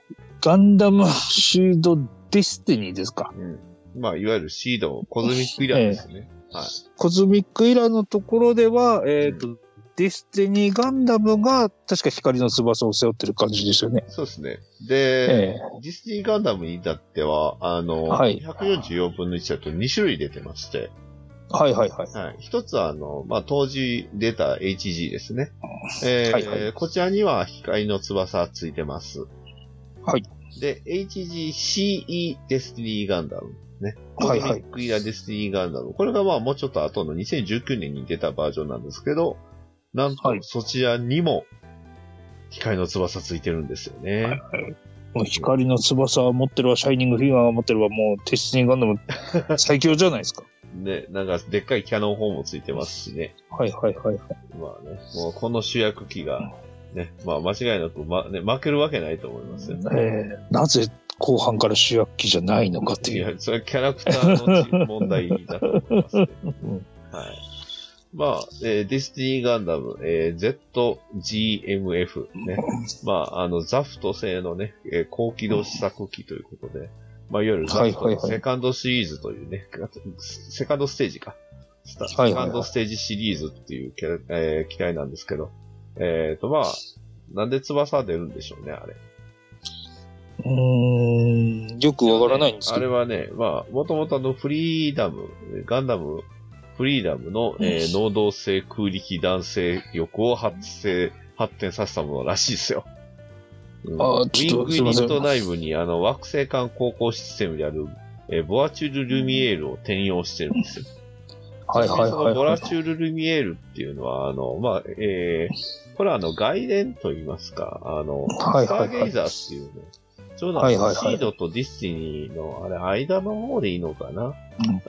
ガンダムシードディスティニーですか。
うん。まあ、いわゆるシード、コズミックイランですね。はい。
コズミックイラのところでは、えっ、と、ディスティニーガンダムが確か光の翼を背負ってる感じですよね。
そうですね。で、
え
ディスティニーガンダムに至っては、あの、
はい
144分の1だと2種類出てまして、
えはいはいはい。
はい。一つは、あの、まあ、当時出た HG ですね。えー
はいはい
こちらには光の翼ついてます。
はい。
で、HGCE デスティニーガンダム。
は
コズ
いは
ミ
い。
ックイラデスティニーガンダム。これがまあもうちょっと後の2019年に出たバージョンなんですけど、なんと
はい
そちらにも光の翼ついてるんですよね。
もう光の翼を持ってるわ、シャイニングフィギュアを持ってるわ、もうディスティニーガンダム最強じゃないですか。
ね、なんかでっかいキャノン砲もついてますしね。
はいはいはい。
まあね、もうこの主役機が、ね、まあ間違いなく、ま、ね、負けるわけないと思いますよ。
ええなぜ後半から主役機じゃないのかって
い
いう。
や、それはキャラクターの問題だと思 いますね。はい。まあ、えーディスティニーガンダム、えー ZGMF ね。まあ、あの、ザフト製のね、えー高機動試作機ということで、まあ、いわゆるザフト
はい
の
はいはい
セカンドシリーズというね、 セカンドステージか。スタ
はい
セ
はいは
カ
い
ンドステージシリーズっていうキャラ、えー機体なんですけど、えっ、と、まあ、なんで翼出るんでしょうね、あれ。
うーん、よくわからないんです
あ
け
れ
ど。
はね、まあ、もともとあの、フリーダム、ガンダム、フリーダムの、えー能動性空力弾性力を発生、発展させたものらしいですよ。うん
あ
ウ
ーち
ィン
ょっ
グ
と
ユ
すい
ニ
ません
ット内部にあの惑星間航行システムである、えーボアチュール・ルミエールを転用してるんですよ。
はいはい
そ
は
の
い
ボ
は
ラ
い。
チュール・ルミエールっていうのは、あの、まあ、えー、これはあの、外伝と言いますか、あの、
はい
スタ
はいはい
ーゲイザーっていうね、ちょうど
は
あ
いは
の
い
シ
はい
ードとディスティニーの、あれ、間の方でいいのかな、
うん
え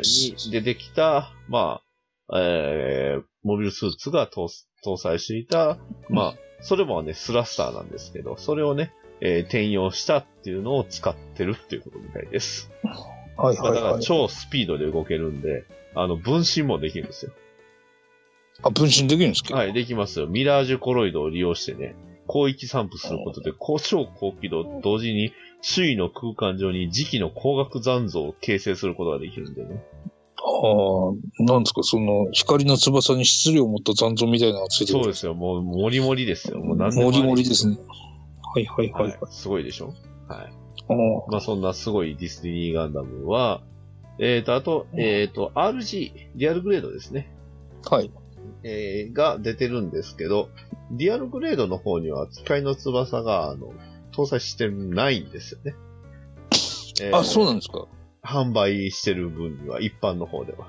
ーに出てきた、まあ、えー、モビルスーツが搭搭載していた、まあ、それもね、スラスターなんですけど、それをね、えー転用したっていうのを使ってるっていうことみたいです。
はい
まあ
はい
だか
は
ら
い。
超スピードで動けるんで、あの、分身もできるんですよ。
あ、分身できるんですけど。
はい、できますよ。ミラージュコロイドを利用してね、広域散布することで、高超高機動、同時に周囲の空間上に磁気の光学残像を形成することができるんでね。
ああ、なんですか、その、光の翼に質量を持った残像みたいなのがついてる。
そうですよ。もう、もりもりですよ。もう何でも
も
あり
りもりですね。はいはいは。
はいい。すごいでしょはい。
あ
まあ、そんなすごいディスティニーガンダムは、えーと、あと、えーと、RG、リアルグレードですね。
あはい。
えーが出てるんですけど、リアルグレードの方には機械の翼が、あの、搭載してないんですよね。えー
あ、そうなんですか。
販売してる分には、一般の方では。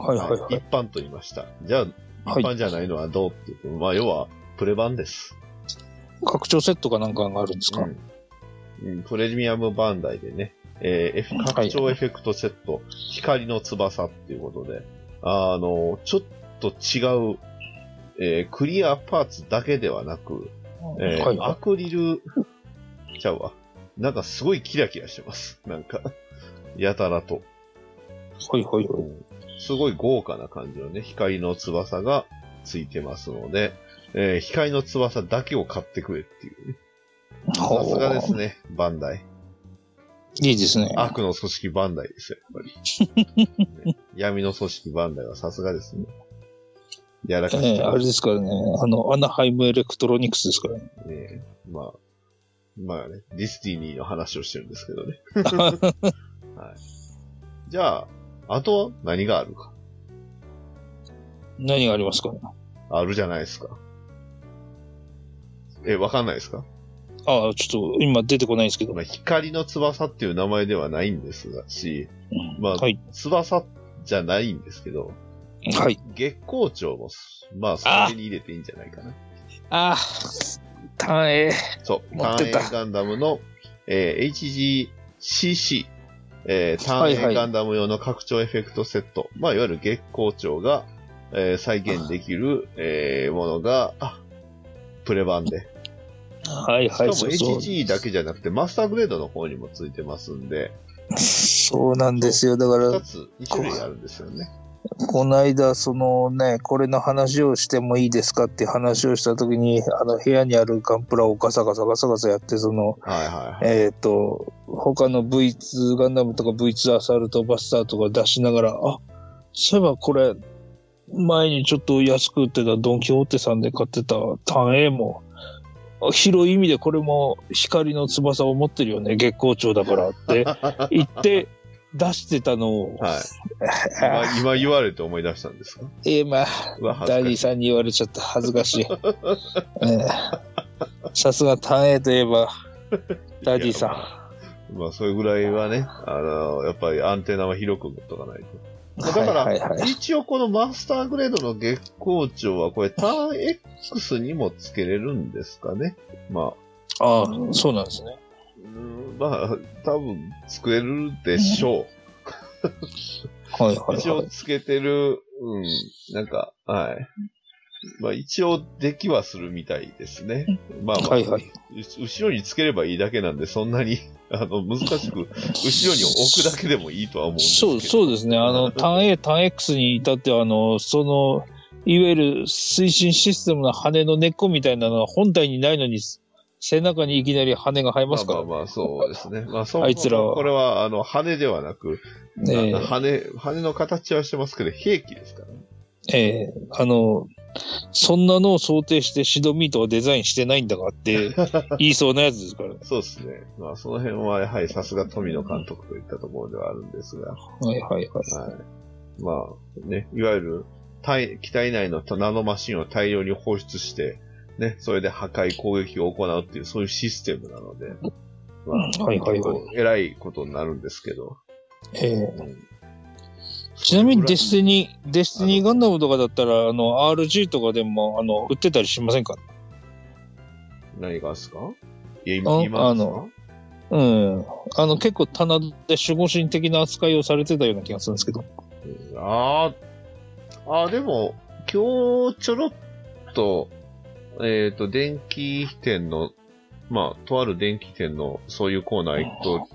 はいはいはい。
一般と言いました。じゃあ、
はい
一般じゃないのはどうって言っても、まあ、要は、プレ版です。
拡張セットかなんかがあるんですか、
うんうん、プレミアムバンダイでね、えーエフ
はい
拡張エフェクトセット、光の翼っていうことで、あの、ちょっと違う、えークリアパーツだけではなく、えー
はい
アクリル、ちゃうわ。なんかすごいキラキラしてます。なんか、やたらと。
はいはいはい。
すごい豪華な感じのね、光の翼がついてますので、えー光の翼だけを買ってくれっていうね。さすがですね、バンダイ。
いいですね。
悪の組織バンダイですよ、やっぱり。ね闇の組織バンダイはさすがですね。やらかし
ええ
て
あ
ま
れですからね、あの、アナハイムエレクトロニクスですからね。
すね。まあ、まあね、ディスティニーの話をしてるんですけどね。じゃあ、あとは何があるか。
何がありますかね。
あるじゃないですか。え、わかんないですか
ああ、ちょっと今出てこないんですけど。
まあ、光の翼っていう名前ではないんですが、し、
うん
まあ
はい。
翼じゃないんですけど、
はい。
月光町も、まあ、それに入れていいんじゃないかな。
ああ、単影。
そう、
持
タ
っ
ーン
て
エ
た
イガンダムの、えー HGCC、えータ
はい
ーン
は
エ
い
イガンダム用の拡張エフェクトセット、まあ、いわゆる月光町が、えー再現できる、えーものが、あプレ版で。
はい
しか
は
も
い、そうそう。
HG だけじゃなくて、マスターグレードの方にもついてますんで、
そうなんですよ。だか
2
ら、
つ、1種類あるんですよね。
この間、そのね、これの話をしてもいいですかって話をした時に、あの、部屋にあるガンプラをガサガサガサガサやって、その、
はいはいはい。
えっ、と、他の V2 ガンダムとか V2 アサルトバスターとか出しながら、あ、そういえばこれ、前にちょっと安く売ってたドン・キホーテさんで買ってた単 A も、あ広い意味でこれも光の翼を持ってるよね、月光町だからって言って出してたのを、
はい、
あ
今今言われて思い出したんですか
今、
うわ、恥ず
ダ
かし
ディ
い。
さんに言われちゃった恥ずかしい。ええさすが単 A といえば、ダディさん。
まあ、それぐらいはね、あの、やっぱりアンテナは広く持っとかないと。まあだから
はいはいはい、
一応このマスターグレードの月光町は、これターン X にもつけれるんですかね。まあ、
ああ、そうなんですね。
うーんまあ、多分作れるでしょ
はい は
う。
い
一
は
応
い。
つけてる、うん、なんか、はい。まあ一応できはするみたいですね。まあまあ、
はいはい。
う後ろにつければいいだけなんで、そんなに あの難しく、後ろに置くだけでもいいとは思うんですけ
そ
ど。
う、そうですね。あの、ターン A、ターン X に至っては、あの、その、いわゆる推進システムの羽の根っこみたいなのは本体にないのに、背中にいきなり羽が生えますから。
まあまあまあ、そうですね。まあ、そも
あい
そ
つら
も
は
これは、あの、羽ではなく、
ええ
あ羽、羽の形はしてますけど、兵器ですからね。
ええあの、そんなのを想定してシドミートはデザインしてないんだから って言いそうなやつですから。
そうですね。まあ、その辺は、やはりさすが富野監督といったところではあるんですが、は
はいはいはい。
い。まあ、ね、いわゆる、体機体内のナノマシンを大量に放出して、ね、それで破壊、攻撃を行うっていう、そういうシステムなので、まあ、
はいはい
結
はい。
構偉いことになるんですけど、
ええ
うん
ちなみにデスティニー、デスティニーガンダムとかだったら、あの、RG とかでも、あの、売ってたりしませんか
何がですかいや、今、
あ
今
あ
です
の
か
うん。あの、結構棚で守護神的な扱いをされてたような気がするんですけど。
あーあー、でも、今日ちょろっと、えっ、と、電気店の、まあ、とある電気店のそういうコーナー行くと、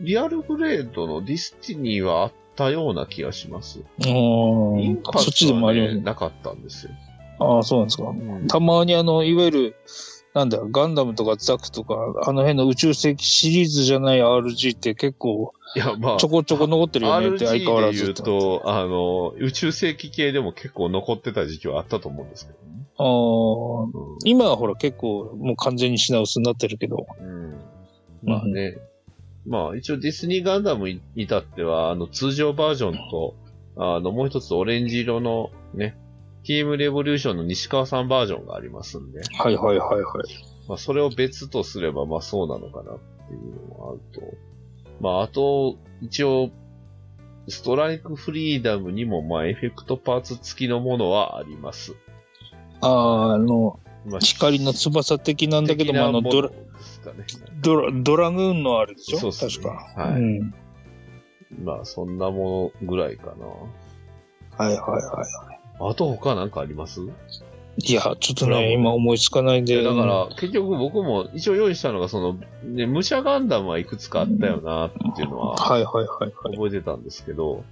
リアルグレードのディスティニーはあったような気がします。イン
うん
パ。
そっ
ク
ちで
ト
もあ
は、
りま
ね
す、ね。
なかったんですよ。
ああ、そうなんですか。たまにあの、いわゆる、なんだ、ガンダムとかザクとか、あの辺の宇宙世紀シリーズじゃない RG って結構、
いや、まあ
ちょ、こちょこ残ってるよねって相
RG
変わら
で
ず
言う
って。
と、あの、宇宙世紀系でも結構残ってた時期はあったと思うんですけどね。
あー今はほら結構もう完全に品薄になってるけど。
うんまあね。まあ一応ディスニーガンダムに至っては、あの通常バージョンと、あのもう一つオレンジ色のね、ティームレボリューションの西川さんバージョンがありますんで、
はいはいはいはい。
まあそれを別とすればまあそうなのかなっていうのもあると。まああと、一応、ストライクフリーダムにもまあエフェクトパーツ付きのものはあります。
あーあの、
まあ
光の翼的なんだけども、あの
的な
ドラ
ものですかね
ドラ、ドラグーンのあれでしょ
そうっすね
確か。
はい
うん。
まあ、そんなものぐらいか
はいはいは
な。あと他なんかあります
い。いや、ちょっと
ドラゴン
ね、今思いつかないん
いや
で。
だか、ら、結局僕も一応用意したのが、その、ね、武者ガンダムはいくつかあったよなっていうのは
はいはいはいはい。
覚えてたんですけど、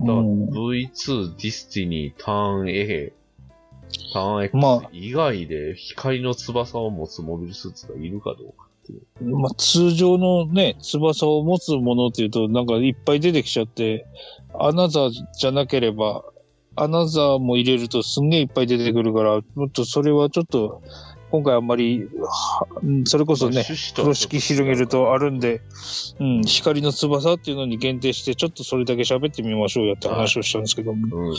だから
うん
V2、ディスティニー、ターン A、ターン X
まあ
以外で光の翼を持つモビルスーツがいるかどうか。
まあ、通常のね、翼を持つものっていうと、なんかいっぱい出てきちゃって、アナザーじゃなければ、アナザーも入れるとすんげえいっぱい出てくるから、ちょっとそれはちょっと、今回あんまり、はうんそれこそ
ま
ね
あ、趣旨とは
風呂敷広げるとあるんで、うん、光の翼っていうのに限定して、ちょっとそれだけ喋ってみましょうよって話をしたんですけども、
うん。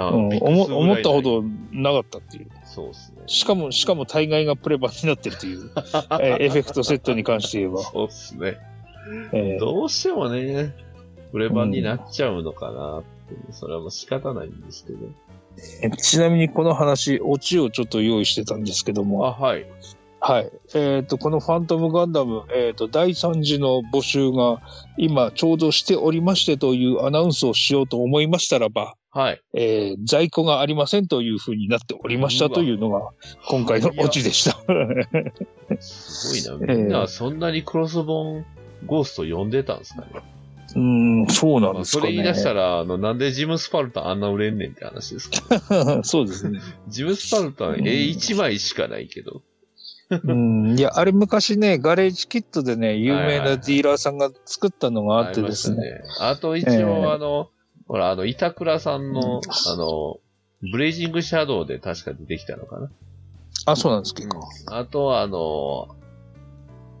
あ
うん、
ビッグ
思
スぐらい
思ったほどなかったっていう。
そうですね。
しかも、しかも大概がプレバになってる という、えーエフェクトセットに関して言えば。
そうですね。
えー
どうしてもね、プレ版になっちゃうのかなって、それはもう仕方ないんですけど。
えちなみにこの話、オチをちょっと用意してたんですけども、
あ、はい。
はい。えっ、と、このファントムガンダム、えっ、と、第3次の募集が今ちょうどしておりましてというアナウンスをしようと思いましたらば、
はい。
えー在庫がありませんというふうになっておりましたというのが今回のオチでした。
すごい
え
な。
え
みんなそんなにクロスボーンゴースト呼んでたんですかね。
うーん、そうなん
まあ
です
そ
か
れ
ね。
言い出したら、あの、なんでジムスパルタあんな売れんねんって話ですけど。
そうですね。
ジムスパルタ
うん
A1 枚しかないけど。
うん、いや、あれ昔ね、ガレージキットでね、有名なディーラーさんが作ったのがあってですね。
りましたね。あと一
ええ
応、あの、ほら、あの、板倉さんの、あの、ブレイジングシャドウで確か出てきたのかな。
あ、そうなんですけど。
あとは、あの、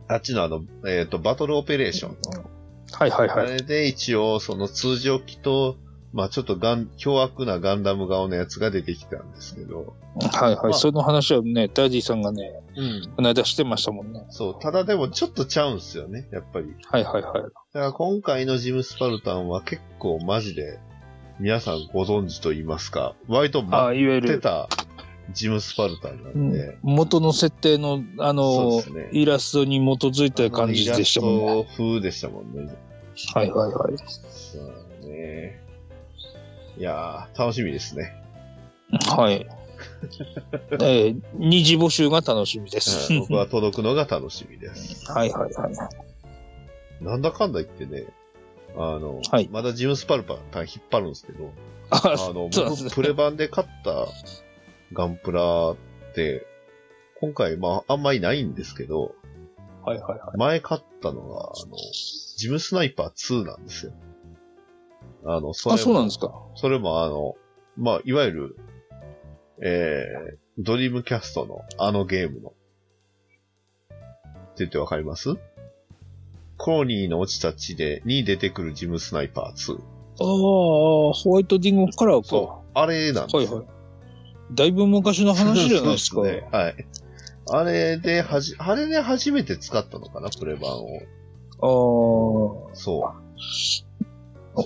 あっちのあの、えっ、と、バトルオペレーションの。
はいはい
あ
はい。
れで一応、その通常機と、まあちょっとガン、凶悪なガンダム顔のやつが出てきたんですけど。
はいは
まあ
い。その話はね、ダディさんがね、
うん。
この間してましたもんね。
そう。ただでもちょっとちゃうんすよね、やっぱり。
はいはいはい。
だから今回のジムスパルタンは結構マジで、皆さんご存知と言いますか、割と
あ
待
あ、いわゆ
って
る、
たジムスパルタンな
うん
で、
ん、元の設定の、あ
そう
の
ですね、
イラストに基づいた感じでしたもん
イ
ね。
ラスト風でしたもんね。
はいはいはい。
そうね。いやー、楽しみですね。
はい。 えー二次募集が楽しみです。
うん僕は届くのが楽しみです。
はいはいはい。
なんだかんだ言ってね、あの、
はい
まだジムスパルパン引っ張るんですけど、
あ
あの、
そうなんですね
僕、プレ版で買ったガンプラって、今回、まあ、あんまりないんですけど、
はいはいは
前買ったのが、あの、ジムスナイパー2なんですよ。あの、そ
い。あ、
れ
そう
も、
なんですか。
それもあの、まあ、いわゆる、えー、ドリームキャストのあのゲームの。って言ってわかりますコロニーの落ちた地で、に出てくるジムスナイパー2。
ああ、ホワイトディングカラーか。
そあれなんです
はいはい。だいぶ昔の話じゃないですか。
そうねはい。あれで、はじ、あれで初めて使ったのかな、プレ版を。
ああ。
そ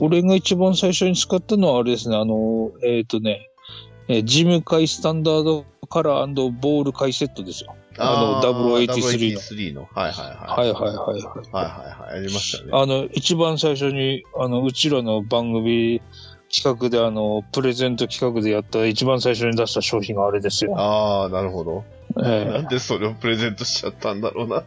俺が一番最初に使ったのはあれですね、あの、えっ、とね、えージム界スタンダードカラーボール界セットですよ。
う。
あの
ー
W83 の
W83 の。はいはいは。
はいいはいはいはい。
はいはいはい。やりましたね。
あの、一番最初に、あの、うちらの番組企画で、あの、プレゼント企画でやった一番最初に出した商品があれですよ。
ああー、なるほど。
え
な
ー
んでそれをプレゼントしちゃったんだろうな。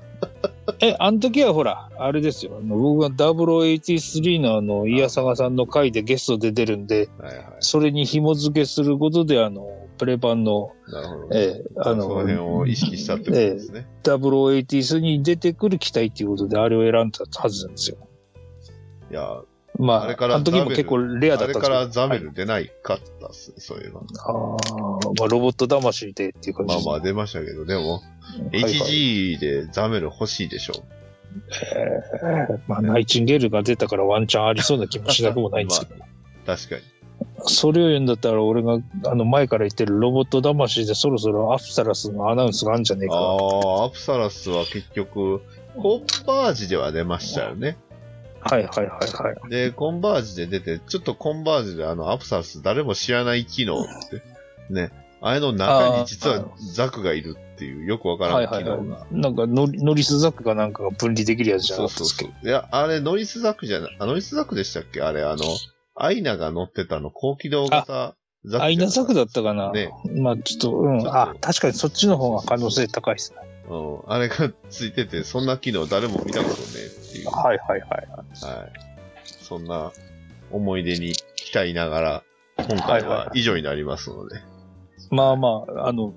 え、あの時はほら、あれですよ。あの僕が0083のあの、イヤサガさんの回でゲストで出るんで、
はいは
それに紐付けすることで、あの、プレ版の、
い。なるほど、ね。
えーあの、
その辺を意識したってことですね。
0080に出てくる機体っていうことであれを選んだはずなんですよ。
いや、
まあ、
あ
あ
れから
の時
ザ
も
ベル
結構レア
あ
だっ
れ
たんですけ
か
ど。
らザメル出ないかったっすね、そういえば。
あーまあ、ロボット魂でっていう感じ
まあ
です
まあ出ましたけど、でも、
はいはい
HG でザメル欲しいでしょ
えーまあ、ナイチンゲールが出たからワンチャンありそうな気もしなくもないんです けど。
う。確かに。
それを言うんだったら、俺が、あの、前から言ってるロボット魂でそろそろアプサラスのアナウンスがあるんじゃねえ
あ
か。
あ、アプサラスは結局、コンバージでは出ましたよね。
はいはいはいはい。
で、コンバージで出て、ちょっとコンバージであの、アプサラス誰も知らない機能って、ね、あれの中
あ
に
ー
実はザクがいるっていう、よくわか
はい
らん
は
機
いは
能が。
い。なんかノリ、ノリスザックかなんかが分離できるやつじゃな
そうそ
かったで
う
す
そ
けど。
う。いや、あれ、ノリスザクじゃな、あノリスザクでしたっけあれ、あの、アイナが乗ってたあの、高機動型ザ
アイナザクだったかな、
ね。
まあちょっと、うん。あ、確かにそっちの方が可能性高いですね。
うん。あれがついてて、そんな機能誰も見たことねえっていう。は
はいはいはい。
い。そんな思い出に期待ながら、今
はい
回
はい
は以上になりますので。
まあまあ、あの、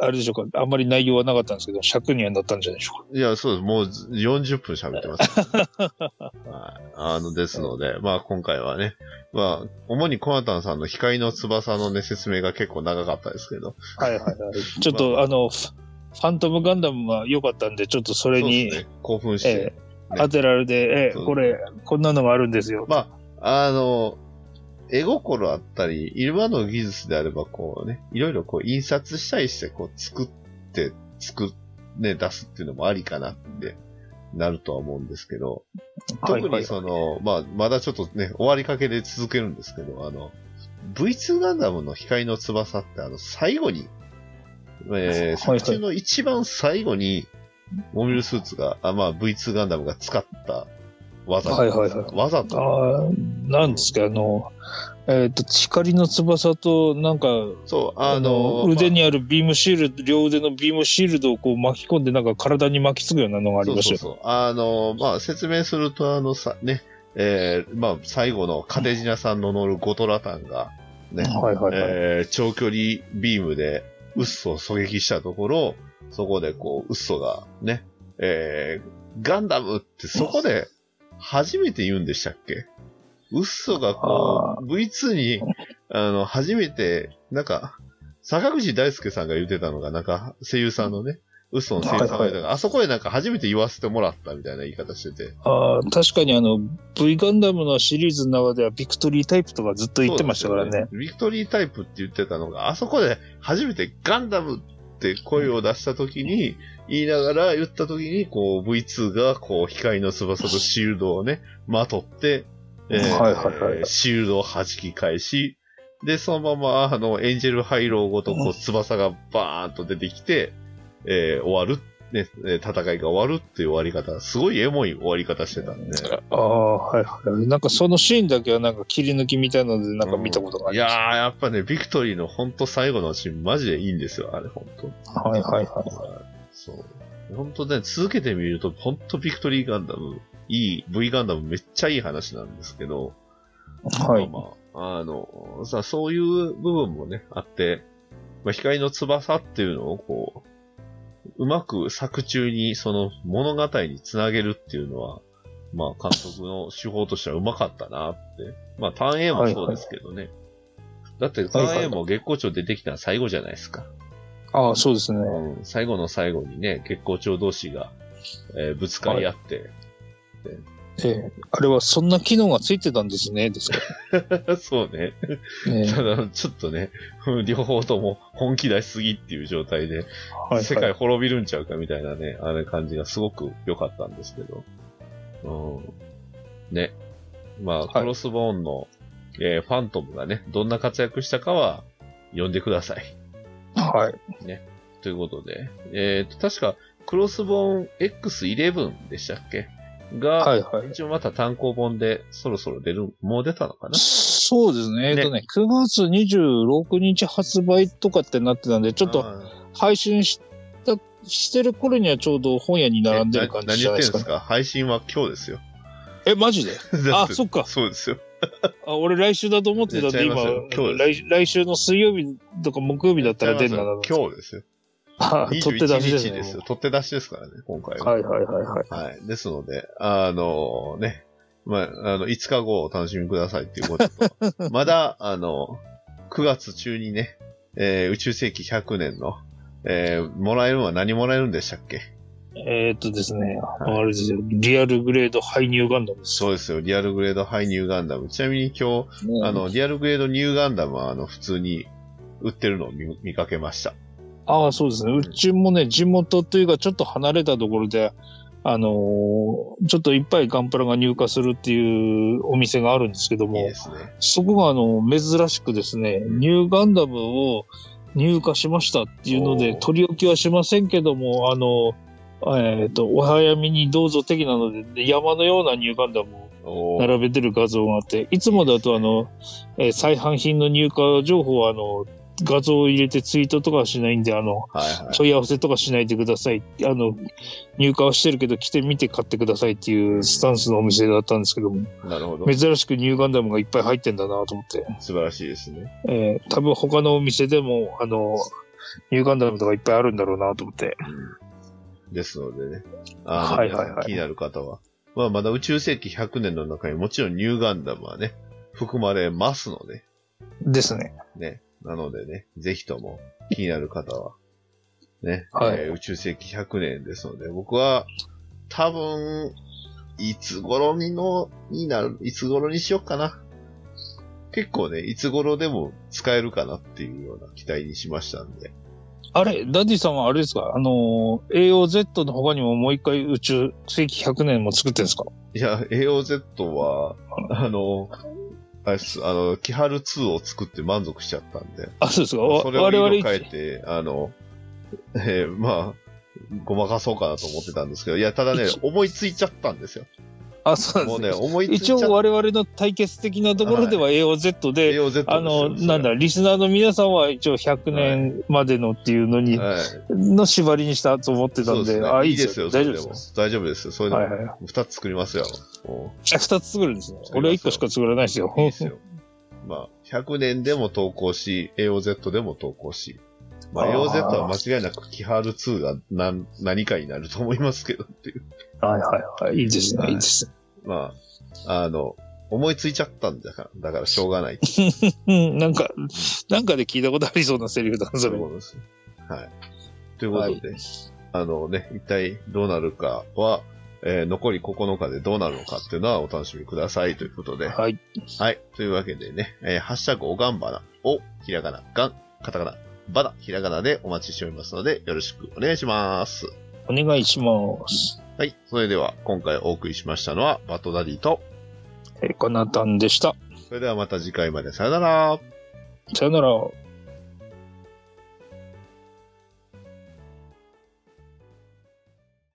あれでしょうか。あんまり内容はなかったんですけど、尺にはなったんじゃないでしょう
いや、そうです。もうず40分喋って ます。はい。あの、ですので、まあ今回はね、まあ、主にコナタンさんの光の翼のね、説明が結構長かったですけど。
か。はいはいはい。ちょっと、あの、ファントムガンダムが良かったんで、ちょっとそれに、
そうですね、興奮して。
ええ
ね
当てられて、え
そ
え
う
これ、こんなのがあるんですよ。
まあ、あの、絵心あったり、今の技術であれば、こうね、いろいろこう印刷したりして、こう作って、作っ、ね、出すっていうのもありかなってなるとは思うんですけど、
はい
特
はい
にその、まあ、まだちょっとね、終わりかけで続けるんですけど、あの、V2 ガンダムの光の翼って、あの、最後に、えー、
はいはい
作中の一番最後に、モビルスーツが、あまあ、V2 ガンダムが使った技なんですが
はいはいは
わざと
あーなんですか、あの、えっ、と、光の翼と、なんか、
そう、あの、
腕にあるビームシールド、両腕のビームシールドをこう巻き込んで、なんか体に巻きつくようなのが
ま
あ
あ、そ
り
う
まし
そ
た
う
よ。
そう。あの、まあ、説明すると、あのさ、ね、えー、まあ、最後のカテジナさんの乗るゴトラタンが、ね、
はいはいはい。
えー長距離ビームでウッソを狙撃したところ、そこでこう、ウッソがね、えー、ガンダムってそこで初めて言うんでしたっけウッソがこう、V2 に、あの、初めて、なんか、坂口大輔さんが言ってたのが、なんか、声優さんのね、ウッソの声優さんが言ってたのがあそこでなんか初めて言わせてもらったみたいな言い方してて。
あー確かにあの、V ガンダムのシリーズの中では、ビクトリータイプとかずっと言ってましたから
そう
ね
で。すよビクトリータイプって言ってたのが、あそこで初めてガンダムって声を出した時に、言いながら言った時に、こう V2 がこう光の翼とシールドをね、まとって、えー
はいはいはい
えーシールドを弾き返し、で、そのまま、あの、エンジェルハイローごと、こう、翼がバーンと出てきて、えー終わる、ね、えー戦いが終わるっていう終わり方、すごいエモい終わり方してたんで。
ああ、はいはい。なんかそのシーンだけはなんか切り抜きみたいなので、なんか見たことがあ
い
りま
やー
す。、
やっぱね、ビクトリーのほんと最後のシーン、マジでいいんですよ、あれ、ほんと。
はいはいはい。
そう。ほんとね、続けてみると、ほんとビクトリーガンダム、いい、V ガンダムめっちゃいい話なんですけど、
はい。
まあまあ、あの、さ、そういう部分もね、あって、まあ、光の翼っていうのをこう、うまく作中にその物語につなげるっていうのは、まあ監督の手法としてはうまかったなって。まあターン A もそうですけどね。だってターン A も月光町出てきたのは最後じゃないですか。
ああ、そうですね。
うん、最後の最後にね、月光町同士が、えーぶつかり合って、
ええあれはそんな機能がついてたんです ね、ですか。
そうね。
ええ
ただ、ちょっとね、うん両方とも本気出しすぎっていう状態で、
はい
世界滅びるんちゃうかみたいなね、あれ感じがすごく良かったんですけど。うん。ね。まあ、
い
クロスボーンの、えーファントムがね、どんな活躍したかは、読んでください。
はい。
ということで。えっ、と、確か、クロスボーン X11 でしたっけが、
はいはい。
一応また単行本でそろそろ出る、もう出たのかな
そうですね。えっ、とね、9月26日発売とかってなってたんで、ちょっと
あー
配信した、してる頃にはちょうど本屋に並んでる感じじゃないですか、
えな何言ってんすか配信は今日ですよ。
えマジで
だて
そっか
そうですよ。
あ俺来週だと思ってたんで、
いや違いま
今
すよ今日で
来、来週の水曜日とか木曜日だったら出るんだなと
今日ですよ。
あ取って出
21
しです
日
ね。
ですよ。取って出しですからね、今回は。
はいはいはいはい。
はい。ですので、あのね、まあ、あの、5日後をお楽しみくださいっていうこと と、まだ、あの、9月中にね、えー宇宙世紀100年の、えーもらえるのは何もらえるんでしたっけ
えーっとですね、
い
あれですよ、リアルグレード配入ガンダムです。
そうですよ。リアルグレードハイニューガンダム。ちなみに今日、
ね
あの、リアルグレードニューガンダムは、あの、普通に売ってるのを見見かけました。
ああ、そうですね。うちもね、地元というか、ちょっと離れたところで、あのーちょっといっぱいガンプラが入荷するっていうお店があるんですけど
いい
も
で、すね。
そこがあの、珍しくですね、ニューガンダムを、入荷しましたっていうので、
おー
取り置きはしませんけども、あの、えっ、と、お早めにどうぞ的なので、で山のような入荷だもん
おー
並べてる画像があって、いつもだとあの、えー再販品の入荷情報はあの、画像を入れてツイートとかはしないんで、あの、
はいはい。
問い合わせとかしないでください。あの、入荷はしてるけど来てみて買ってくださいっていうスタンスのお店だったんですけども、
なるほど。
珍しくニューガンダムがいっぱい入ってんだなと思って、
素晴らしいですね。
えー多分他のお店でも、あの、ニューガンダムとかいっぱいあるんだろうなと思って、
ですのでね。あの
はいはいはい
気になる方は。まあ、まだ宇宙世紀100年の中にもちろんニューガンダムはね、含まれますので、
ですね。
ね。なのでね、ぜひとも気になる方は、ね、
はい
えー宇宙世紀100年ですので、僕は、多分、いつ頃にの、になる、いつ頃にしようかな。結構ね、いつ頃でも使えるかなっていうような期待にしましたんで。
あれ、ダディさんはあれですかあの、AOZ の他にももう一回宇宙世紀100年も作ってるんですか
いや、AOZ は、あの、あれっす、あの、キハル2を作って満足しちゃったんで、
あ、そうですかわ
それを
我々
色
一
変えて、あの、えーまあ、ごまかそうかなと思ってたんですけど、いや、ただね
一、
思いついちゃったんですよ。
あ、そうな
もうんね、
ですね。
思いついち
一
ゃっ
応
た。
我々の対決的なところでは AOZ で、
AOZ ですよ
あ
そ
の、
れ
なんだ、リスナーの皆さんは一応100年までのっていうのに、
はい。
の縛りにしたと思ってた
そ
ん
う
で、
すね
あ、い
い
い
い
で
ですす
よ。
よ、
大丈夫です。
す。大丈夫です。それで
はい
も、
はい。
2つ作りますよ。も
じゃあ2つ作るんですね。
作りますよ
俺は1個しか作らないですよ。
ういいですよ。まあ、100年でも投稿し、AOZ でも投稿し、まあ、
あー
AOZ は間違いなくキハル2が何何かになると思いますけどっていう。
はいはいはい。いいです
は
ね、
い
いいですね。
まあ、あの、思いついちゃったんだから、だからしょうがない。
うん、なんか、なんかで聞いたことありそうなセリフだな、そ
という
れ。
ことです。はい。ということで、あのね、一体どうなるかは、えー残り9日でどうなるのかっていうのはお楽しみくださいということで。
はい。
はい。というわけでね、えーハッシュタグおがんばなをひらがな、がん、カタカナ、ばな、ひらがなでお待ちしておりますので、よろしくお願いします。
お願いします。
はい。それでは、今回お送りしましたのは、バトダディと、
えー、かなたんでした。
それではまた次回までさよなら。
さよなら。